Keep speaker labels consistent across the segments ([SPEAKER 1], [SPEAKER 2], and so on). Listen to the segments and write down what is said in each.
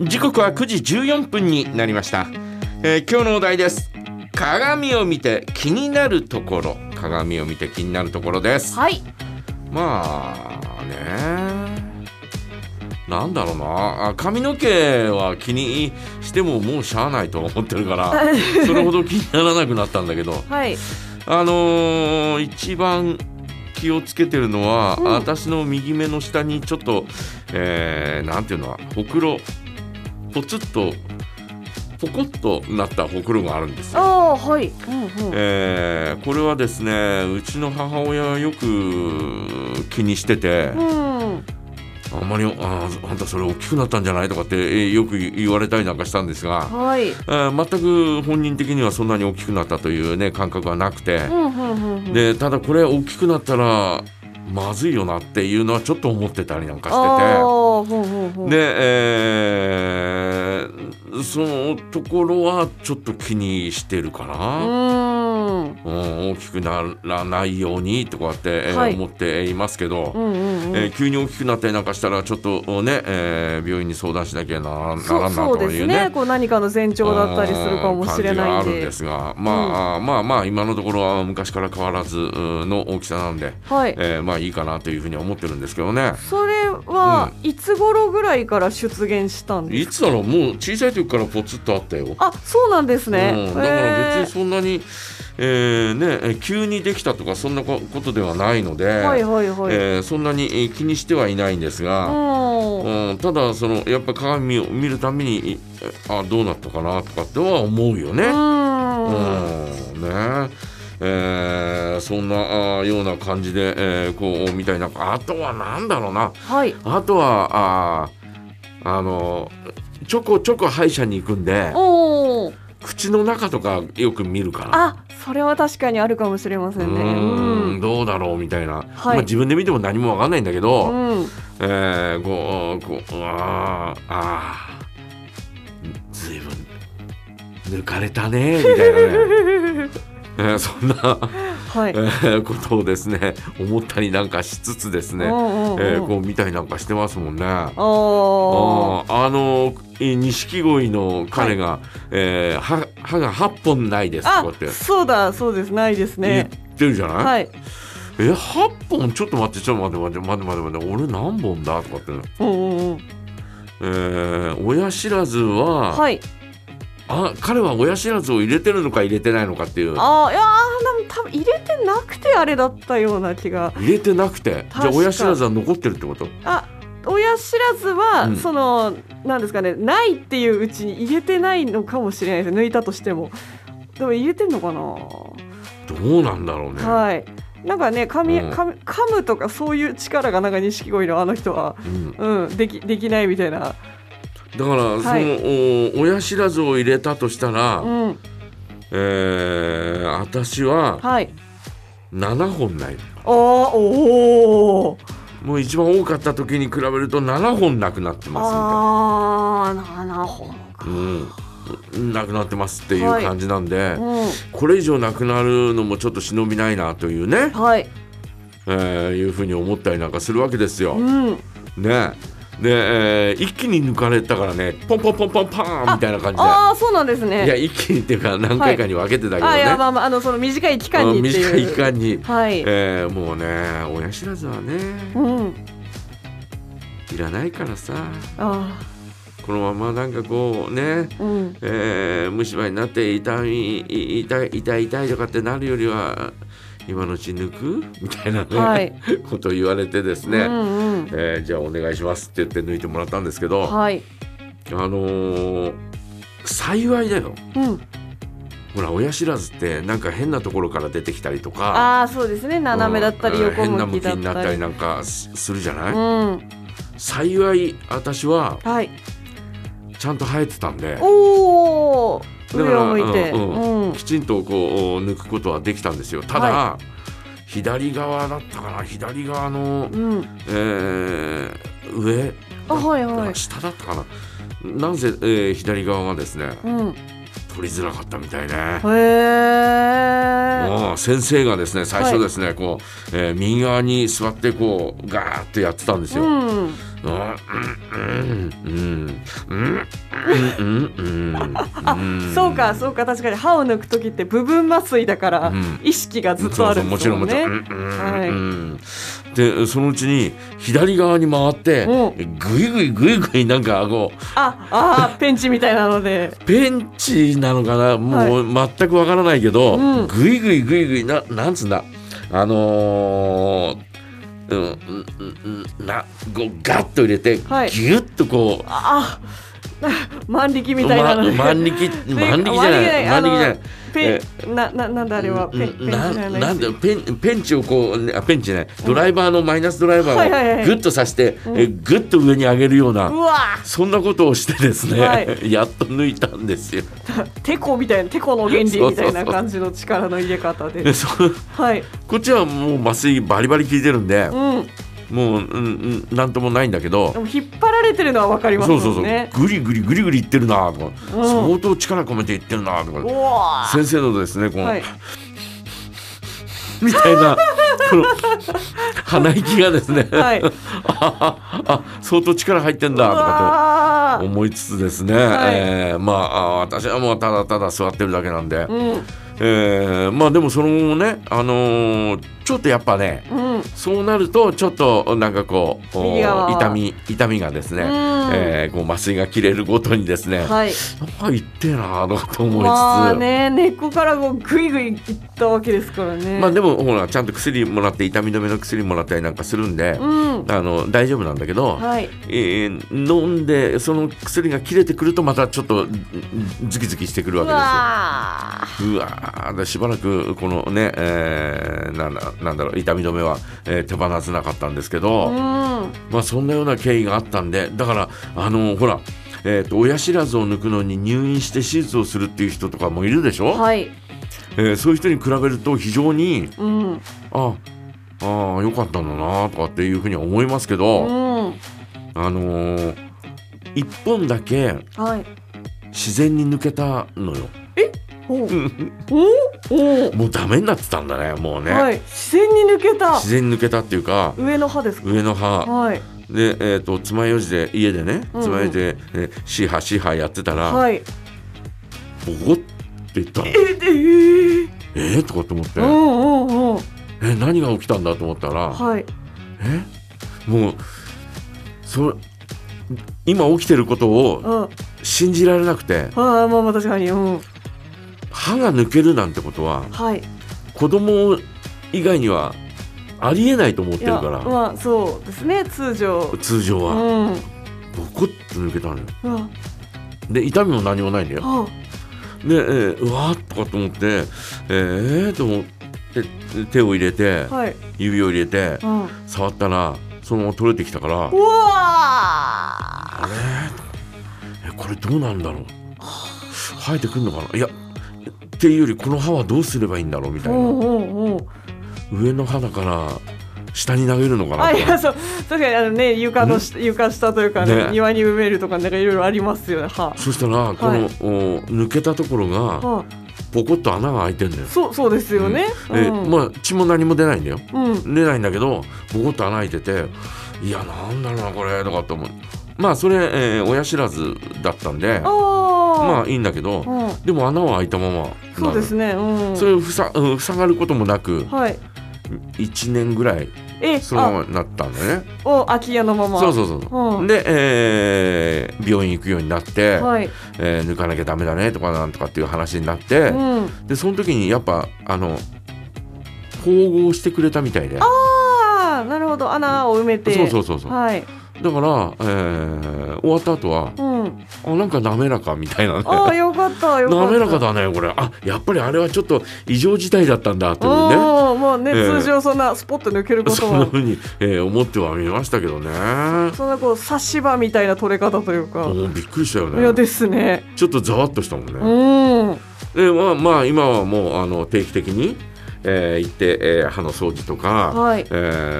[SPEAKER 1] 時刻は9時14分になりました、えー今日のお題です鏡を見て気になるところ鏡を見て気になるところです
[SPEAKER 2] はい。
[SPEAKER 1] まあねなんだろうなあ髪の毛は気にしてももうしゃあないと思ってるからそれほど気にならなくなったんだけど
[SPEAKER 2] はい。
[SPEAKER 1] あのー一番気をつけてるのは、
[SPEAKER 2] うん
[SPEAKER 1] 私の右目の下にちょっと、えーなんていうのはほくろポツッとポコッとなったほくろがあるんですよ。
[SPEAKER 2] ああー、はい。うんうん。
[SPEAKER 1] えーこれはですねうちの母親はよく気にしてて、
[SPEAKER 2] うん。
[SPEAKER 1] あんまりあーあんたそれ大きくなったんじゃないとかって、えーよく言われたりなんかしたんですが、
[SPEAKER 2] はい。
[SPEAKER 1] えー全く本人的にはそんなに大きくなったという、ね、感覚はなくて、
[SPEAKER 2] うんうんうんうん。
[SPEAKER 1] でただこれ大きくなったらまずいよなっていうのはちょっと思ってたりなんか
[SPEAKER 2] あ
[SPEAKER 1] し
[SPEAKER 2] あ、うんうんう
[SPEAKER 1] てて
[SPEAKER 2] ん。
[SPEAKER 1] で、えーそのところはちょっと気にしてるか
[SPEAKER 2] う
[SPEAKER 1] な、
[SPEAKER 2] ーん。
[SPEAKER 1] うん、大きくならないようにとかって、えー
[SPEAKER 2] はい
[SPEAKER 1] 思っていますけど、
[SPEAKER 2] うんうんうん。
[SPEAKER 1] えー急に大きくなったりなんかしたらちょっとね、えー病院に相談しなきゃならな
[SPEAKER 2] そ
[SPEAKER 1] ら
[SPEAKER 2] うん
[SPEAKER 1] な
[SPEAKER 2] そう
[SPEAKER 1] と
[SPEAKER 2] で
[SPEAKER 1] い
[SPEAKER 2] す
[SPEAKER 1] うね
[SPEAKER 2] ね。こう何かの前兆だったりするかもしれない
[SPEAKER 1] 感じ
[SPEAKER 2] ん
[SPEAKER 1] があるん
[SPEAKER 2] で
[SPEAKER 1] で。すが、まあ、まあまあ今のところは昔から変わらずうんの大きさなんで、
[SPEAKER 2] はい。
[SPEAKER 1] えーまあいいかなというふうに思ってるんですけどね
[SPEAKER 2] それは、いつ頃ぐらいから出現したんです
[SPEAKER 1] い
[SPEAKER 2] か
[SPEAKER 1] つだろうもう小さい時からポツッとあったよ、
[SPEAKER 2] あ、そうなんですね。
[SPEAKER 1] うん、だから別に
[SPEAKER 2] へ
[SPEAKER 1] そんなに、えーねえー急にできたとかそんなこことではないので、
[SPEAKER 2] ーはいはいはい。
[SPEAKER 1] えーそんなにえー気にしてはいないんです
[SPEAKER 2] う
[SPEAKER 1] が、
[SPEAKER 2] ん。
[SPEAKER 1] うん、ただそのやっぱ鏡を見るためにいあどうなったかなとかっては思うよね。
[SPEAKER 2] うん。
[SPEAKER 1] うんねえーそんなあーような感じで、えーこうみたいなあとはなんだろうな
[SPEAKER 2] はい。
[SPEAKER 1] あとはあーあのちょこちょこ歯医者に行くんで
[SPEAKER 2] おお。
[SPEAKER 1] 口の中とかよく見るから
[SPEAKER 2] あ、それは確かにあるかもしれませ
[SPEAKER 1] うー
[SPEAKER 2] んね。
[SPEAKER 1] んどうだろうみたいな、まあ、
[SPEAKER 2] い
[SPEAKER 1] 自分で見ても何もわかんないんだけ
[SPEAKER 2] う
[SPEAKER 1] ど、
[SPEAKER 2] ん。うん。
[SPEAKER 1] えーこうこうあーあーずいぶん抜かれたねみたいな ね、えーそんな
[SPEAKER 2] はい。
[SPEAKER 1] えーことをですね思ったりなんかしつつですね、
[SPEAKER 2] うんうんうん
[SPEAKER 1] えーこう見たりなんかしてますもんね。あー
[SPEAKER 2] あ
[SPEAKER 1] あのえー錦鯉の彼が、えー歯歯が8本ないです
[SPEAKER 2] あ
[SPEAKER 1] とかって
[SPEAKER 2] あそうだそうですないです
[SPEAKER 1] 言っ
[SPEAKER 2] ね
[SPEAKER 1] てるじゃない、
[SPEAKER 2] はい、
[SPEAKER 1] え8本ちょっと待ってちょっと待って待って待って待って待って俺何本だとかって、
[SPEAKER 2] うんうんうん、
[SPEAKER 1] えー親知らずは、
[SPEAKER 2] はい
[SPEAKER 1] あ彼は親知らずを入れてるのか入れてないのかっていう
[SPEAKER 2] あーいやーなん多分入れてなくてあれだったような気が
[SPEAKER 1] 入れてなくてじゃあ
[SPEAKER 2] 確か
[SPEAKER 1] 親知らずは残ってるってこと
[SPEAKER 2] あ親知らずは、
[SPEAKER 1] うん
[SPEAKER 2] そのなんですかねないっていううちに入れてないのかもしれないです抜いたとしてもでも入れてんのかな、
[SPEAKER 1] どうなんだろうね。
[SPEAKER 2] はいなんかね噛み、
[SPEAKER 1] うん
[SPEAKER 2] 噛み噛むとかそういう力がなんか錦鯉のあの人は
[SPEAKER 1] うん
[SPEAKER 2] うんできできないみたいな
[SPEAKER 1] だから、
[SPEAKER 2] はい
[SPEAKER 1] そのお親知らずを入れたとしたら、
[SPEAKER 2] うん
[SPEAKER 1] えー、私は
[SPEAKER 2] はい
[SPEAKER 1] 7本ない
[SPEAKER 2] あーおお
[SPEAKER 1] もう一番多かった時に比べると7本なくなってま
[SPEAKER 2] ああ7本か
[SPEAKER 1] すみたいな、うん、なくなってますっていう
[SPEAKER 2] はい
[SPEAKER 1] 感じなんで、
[SPEAKER 2] う
[SPEAKER 1] これ以上なくなるのもちょっと忍びないなというね
[SPEAKER 2] ん、、はい、
[SPEAKER 1] えーいうふうに思ったりなんかするわけですよ。
[SPEAKER 2] うん、
[SPEAKER 1] ねで、えー一気に抜かれたからねポンポンポンポンパーンみたいな感じで。
[SPEAKER 2] ああそうなんですね
[SPEAKER 1] いや一気にっていうか何回かに分けてたけどね、
[SPEAKER 2] あいやまあまああのその短い期間
[SPEAKER 1] う
[SPEAKER 2] に
[SPEAKER 1] ん
[SPEAKER 2] っていう
[SPEAKER 1] 短い期間に
[SPEAKER 2] はい、
[SPEAKER 1] えーもうね親知らずはね
[SPEAKER 2] うん
[SPEAKER 1] いらないからさ
[SPEAKER 2] あ
[SPEAKER 1] このままなんかこうね、
[SPEAKER 2] ーうん
[SPEAKER 1] えー虫歯になって痛いい痛い痛い痛いとかってなるよりは今のうち抜くみたいなね、
[SPEAKER 2] はい
[SPEAKER 1] ことを言われてですね、
[SPEAKER 2] うんうん
[SPEAKER 1] えーじゃあお願いしますって言って抜いてもらったんですけど、
[SPEAKER 2] はい
[SPEAKER 1] あのー幸いだよ
[SPEAKER 2] うん
[SPEAKER 1] ほら親知らずってなんか変なところから出てきたりとか
[SPEAKER 2] ああそうですね斜めだったり
[SPEAKER 1] うん
[SPEAKER 2] 横
[SPEAKER 1] 変な
[SPEAKER 2] 向
[SPEAKER 1] 向
[SPEAKER 2] き
[SPEAKER 1] き
[SPEAKER 2] だっ
[SPEAKER 1] になったた
[SPEAKER 2] り
[SPEAKER 1] りなんかすするじゃない、
[SPEAKER 2] うん
[SPEAKER 1] 幸い私は
[SPEAKER 2] はい
[SPEAKER 1] ちゃんと生えてたんで
[SPEAKER 2] おお
[SPEAKER 1] だから
[SPEAKER 2] 上を向いて
[SPEAKER 1] う
[SPEAKER 2] うんん、
[SPEAKER 1] きちんとこう抜くことはできたんですよただ、左側だったかな左側の、
[SPEAKER 2] うん、
[SPEAKER 1] えー上
[SPEAKER 2] あはいはい
[SPEAKER 1] 下だったかななぜ、えー左側がですね
[SPEAKER 2] うん
[SPEAKER 1] 取りづらかったみたいね。
[SPEAKER 2] へえ
[SPEAKER 1] うん先生がですね最初ですね、こう、えー右側に座ってこうガーッとやってたんです
[SPEAKER 2] う
[SPEAKER 1] よ。う
[SPEAKER 2] ん
[SPEAKER 1] んうんうんうんうんうんうんうん
[SPEAKER 2] そうかそうか確かに歯を抜く時って部分麻酔だから
[SPEAKER 1] うん
[SPEAKER 2] 意識がずっとあるん
[SPEAKER 1] も
[SPEAKER 2] で
[SPEAKER 1] ち
[SPEAKER 2] す
[SPEAKER 1] ろん
[SPEAKER 2] も
[SPEAKER 1] もち
[SPEAKER 2] ん
[SPEAKER 1] ろ
[SPEAKER 2] ね
[SPEAKER 1] ん、うんうん
[SPEAKER 2] はい
[SPEAKER 1] うんでそのうちに左側に回って
[SPEAKER 2] う
[SPEAKER 1] ぐいぐいぐいぐいなんかこう
[SPEAKER 2] ああーペンチみたいなので
[SPEAKER 1] ベンチなのかなもう全くわからないけど、
[SPEAKER 2] うん
[SPEAKER 1] ぐいぐいぐいぐいななんつんだあのーうんうんうんなこうガッと入れて、
[SPEAKER 2] はい
[SPEAKER 1] ギュッとこう
[SPEAKER 2] ああ 万力 みたいなので、
[SPEAKER 1] ま万力
[SPEAKER 2] で
[SPEAKER 1] 万力じゃない
[SPEAKER 2] あ
[SPEAKER 1] 万
[SPEAKER 2] の
[SPEAKER 1] 力じゃない
[SPEAKER 2] ペンなななんだあれはペンペンチじ
[SPEAKER 1] な
[SPEAKER 2] ゃ
[SPEAKER 1] な
[SPEAKER 2] ない
[SPEAKER 1] んでペンペンチをこうねあペンチねドライバーのマイナスドライバ
[SPEAKER 2] はいはい
[SPEAKER 1] ー
[SPEAKER 2] は
[SPEAKER 1] を
[SPEAKER 2] い
[SPEAKER 1] グッとさして、
[SPEAKER 2] うん
[SPEAKER 1] えグッと上に上げるような、
[SPEAKER 2] うわ
[SPEAKER 1] そんなことをしてですね、
[SPEAKER 2] は
[SPEAKER 1] やっと抜いたんですよ。
[SPEAKER 2] テコみたいなテコの原理みたいな感じの力の入れ方で
[SPEAKER 1] でそ
[SPEAKER 2] はい
[SPEAKER 1] こっちはもう麻酔バリバリ効いてるんで、
[SPEAKER 2] うん
[SPEAKER 1] もう、うんうん、なんともないんだけど
[SPEAKER 2] で。も引っ張られてるのはわかります
[SPEAKER 1] そうそう
[SPEAKER 2] も
[SPEAKER 1] そ
[SPEAKER 2] ん
[SPEAKER 1] う
[SPEAKER 2] ね
[SPEAKER 1] グリグリグリグリいってるなとか、
[SPEAKER 2] うん
[SPEAKER 1] 相当力込めていってるなとか
[SPEAKER 2] うわ
[SPEAKER 1] 先生のですねこの、
[SPEAKER 2] はい
[SPEAKER 1] みたい なこの鼻息がですね、
[SPEAKER 2] はいう
[SPEAKER 1] ああ相当力入ってんだとか
[SPEAKER 2] わ
[SPEAKER 1] と思いつつですね、
[SPEAKER 2] はい
[SPEAKER 1] えーまああ私はもうただただ座ってるだけなんで、
[SPEAKER 2] うん
[SPEAKER 1] えーまあでもその後もね、あのーちょっとやっぱね
[SPEAKER 2] うん
[SPEAKER 1] そうなるとちょっとなんかこうお
[SPEAKER 2] 右側は
[SPEAKER 1] 痛み痛みがですね、
[SPEAKER 2] うん
[SPEAKER 1] えーこう麻酔が切れるごとにですね、
[SPEAKER 2] はい
[SPEAKER 1] あ痛ってえなとかと思いつつ。
[SPEAKER 2] まあね根っこからこうグイグイいったわけですからね
[SPEAKER 1] まあでもほらちゃんと薬もらって痛み止めの薬もらったりなんかするんで、
[SPEAKER 2] うん
[SPEAKER 1] あの大丈夫なんだけど、
[SPEAKER 2] はい
[SPEAKER 1] えー飲んでその薬が切れてくるとまたちょっとんんズキズキしてくるわ
[SPEAKER 2] う
[SPEAKER 1] けで
[SPEAKER 2] わ
[SPEAKER 1] すよ。うわーでしばらくこのね、えーなんだなんだろう痛み止めは、えー手放せなかったんですけど、
[SPEAKER 2] うん
[SPEAKER 1] まあ、そんなような経緯があったんでだからあのほら、えーと親知らずを抜くのに入院して手術をするっていう人とかもいるでしょ、
[SPEAKER 2] はい
[SPEAKER 1] えーそういう人に比べると非常に
[SPEAKER 2] うん
[SPEAKER 1] あああよかったんだなとかっていうふうには思いますけ
[SPEAKER 2] う
[SPEAKER 1] ど、
[SPEAKER 2] ん
[SPEAKER 1] あのー、一本だけ
[SPEAKER 2] はい
[SPEAKER 1] 自然に抜けたのよ
[SPEAKER 2] お うおお
[SPEAKER 1] もうダメになってたんだねもうね、
[SPEAKER 2] はい自然に抜けた
[SPEAKER 1] 自然に抜けたっていうか
[SPEAKER 2] 上の歯ですか
[SPEAKER 1] 上の歯
[SPEAKER 2] はい
[SPEAKER 1] で、えー、と爪楊枝で家でね
[SPEAKER 2] うんうん
[SPEAKER 1] 爪楊枝で、ねシーハーシーハーやってたら、
[SPEAKER 2] はい
[SPEAKER 1] ボコっていったの
[SPEAKER 2] ええー
[SPEAKER 1] えー、とかって思って、
[SPEAKER 2] うんうんうん
[SPEAKER 1] え何が起きたんだと思ったら、
[SPEAKER 2] はい
[SPEAKER 1] えもうそ今起きてることを
[SPEAKER 2] うん
[SPEAKER 1] 信じられなくて
[SPEAKER 2] ああまあまあ確かにうん
[SPEAKER 1] 歯が抜けるなんてことは
[SPEAKER 2] はい
[SPEAKER 1] 子供以外にはありえないと思って
[SPEAKER 2] い
[SPEAKER 1] る
[SPEAKER 2] や
[SPEAKER 1] か
[SPEAKER 2] まあそうですね通常
[SPEAKER 1] ら通常
[SPEAKER 2] う
[SPEAKER 1] は
[SPEAKER 2] んう
[SPEAKER 1] ボコッと抜けたのよ
[SPEAKER 2] わ
[SPEAKER 1] で痛みも何もないんだよ
[SPEAKER 2] あ
[SPEAKER 1] で、えーうわーっとかと思ってえー、と思って手を入れて
[SPEAKER 2] はい
[SPEAKER 1] 指を入れて
[SPEAKER 2] うんう
[SPEAKER 1] 触ったらそのまま取れてきたから
[SPEAKER 2] わ
[SPEAKER 1] あれえこれどうなんだろう生えてくるのかないやっていうよりこの歯はどうすればいいんだろうみた
[SPEAKER 2] う
[SPEAKER 1] い
[SPEAKER 2] ん
[SPEAKER 1] な
[SPEAKER 2] うんうん
[SPEAKER 1] 上の歯だから下に投げるのかな
[SPEAKER 2] あ
[SPEAKER 1] と
[SPEAKER 2] い
[SPEAKER 1] か
[SPEAKER 2] やそう確かにあのね床の下床下というか、ね
[SPEAKER 1] ね
[SPEAKER 2] 庭に埋めるとかなんかいろいろありますよね歯、
[SPEAKER 1] そしたらこの、
[SPEAKER 2] はい
[SPEAKER 1] お抜けたところが
[SPEAKER 2] は
[SPEAKER 1] ポコッと穴が開いてんだよ
[SPEAKER 2] あ、。そうそうですよね、
[SPEAKER 1] え
[SPEAKER 2] うん
[SPEAKER 1] まあ血も何も出ないんだよ
[SPEAKER 2] うん
[SPEAKER 1] 出ないんだけどボコッと穴開いてていやなんだろうなこれとかって思うまあそれ、えー親知らずだったんでま
[SPEAKER 2] あ
[SPEAKER 1] あいいんだけど
[SPEAKER 2] あ、うん、
[SPEAKER 1] でも穴は開いたままなの
[SPEAKER 2] そうですねうん
[SPEAKER 1] それをふさうん塞がることもなく
[SPEAKER 2] はい
[SPEAKER 1] 1年ぐらい
[SPEAKER 2] え
[SPEAKER 1] そのままになったんだね
[SPEAKER 2] あお空き家のまま
[SPEAKER 1] そうそうそうそう、
[SPEAKER 2] うん
[SPEAKER 1] で、えー病院行くようになって、
[SPEAKER 2] はい、
[SPEAKER 1] えー抜かなきゃダメだねとかなんとかっていう話になって、
[SPEAKER 2] うん、
[SPEAKER 1] でその時にやっぱあの縫合してくれたみたいで
[SPEAKER 2] ああなるほど穴を埋めて
[SPEAKER 1] そうそうそうそうだか
[SPEAKER 2] はい、
[SPEAKER 1] ら、えー終わった後は
[SPEAKER 2] うん、
[SPEAKER 1] あなんか滑らかみたいなね
[SPEAKER 2] ああよかったよかった
[SPEAKER 1] 滑らかだねこれあやっぱりあれはちょっと異常事態だったんだというね
[SPEAKER 2] おおもうね、
[SPEAKER 1] ええ
[SPEAKER 2] 通常そんなスポッと抜けること
[SPEAKER 1] そんな
[SPEAKER 2] は
[SPEAKER 1] ふうに、えー思ってはみましたけどね
[SPEAKER 2] そんなこう差し歯みたいな取れ方というか、
[SPEAKER 1] もうびっくりしたよ
[SPEAKER 2] いや
[SPEAKER 1] ね
[SPEAKER 2] ですね
[SPEAKER 1] ちょっとざわっとしたもんね、
[SPEAKER 2] うん
[SPEAKER 1] でまあまあ今はもうあの定期的に、えー行って、えー歯の掃除とか、
[SPEAKER 2] はい
[SPEAKER 1] え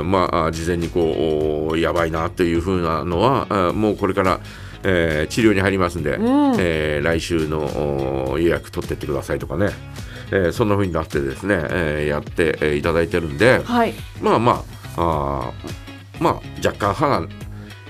[SPEAKER 1] ーまああ事前にこうおーやばいなというふうなのはあーもうこれからえー治療に入りますんで、
[SPEAKER 2] うん
[SPEAKER 1] えー来週のお予約取ってってくださいとかね、えーそんな風になってですね、えーやってえーいただいてるんで、
[SPEAKER 2] はい
[SPEAKER 1] まあまああーまあ若干歯が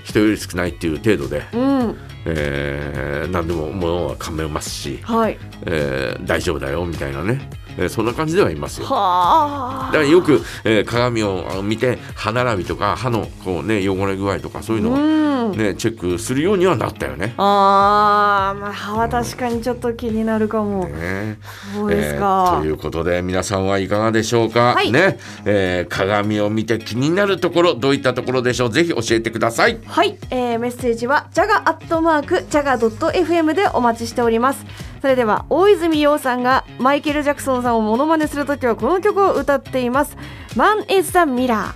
[SPEAKER 1] 人より少ないっていう程度で、
[SPEAKER 2] うん
[SPEAKER 1] えー何でも物は噛めますし、
[SPEAKER 2] はい
[SPEAKER 1] えー大丈夫だよみたいなね、えーそんな感じではいますよ。
[SPEAKER 2] はあ
[SPEAKER 1] だからよく、えー鏡をあの見て歯並びとか歯のこう、ね、汚れ具合とかそういうのを、
[SPEAKER 2] うん
[SPEAKER 1] ね、チェックするようにはなったよね。
[SPEAKER 2] あー、まあ、歯は確かにちょっと気になるかも。
[SPEAKER 1] ね
[SPEAKER 2] そうですか。
[SPEAKER 1] えーということで皆さんはいかがでしょうか、
[SPEAKER 2] はい
[SPEAKER 1] ねえー鏡を見て気になるところどういったところでしょうぜひ教えてください。
[SPEAKER 2] はい、えー、メッセージはジャガアットマークジャガドット FM でお待ちしております。それでは大泉洋さんがマイケル・ジャクソンさんをモノマネするときはこの曲を歌っています。マン・エズ・ザ・ミラー。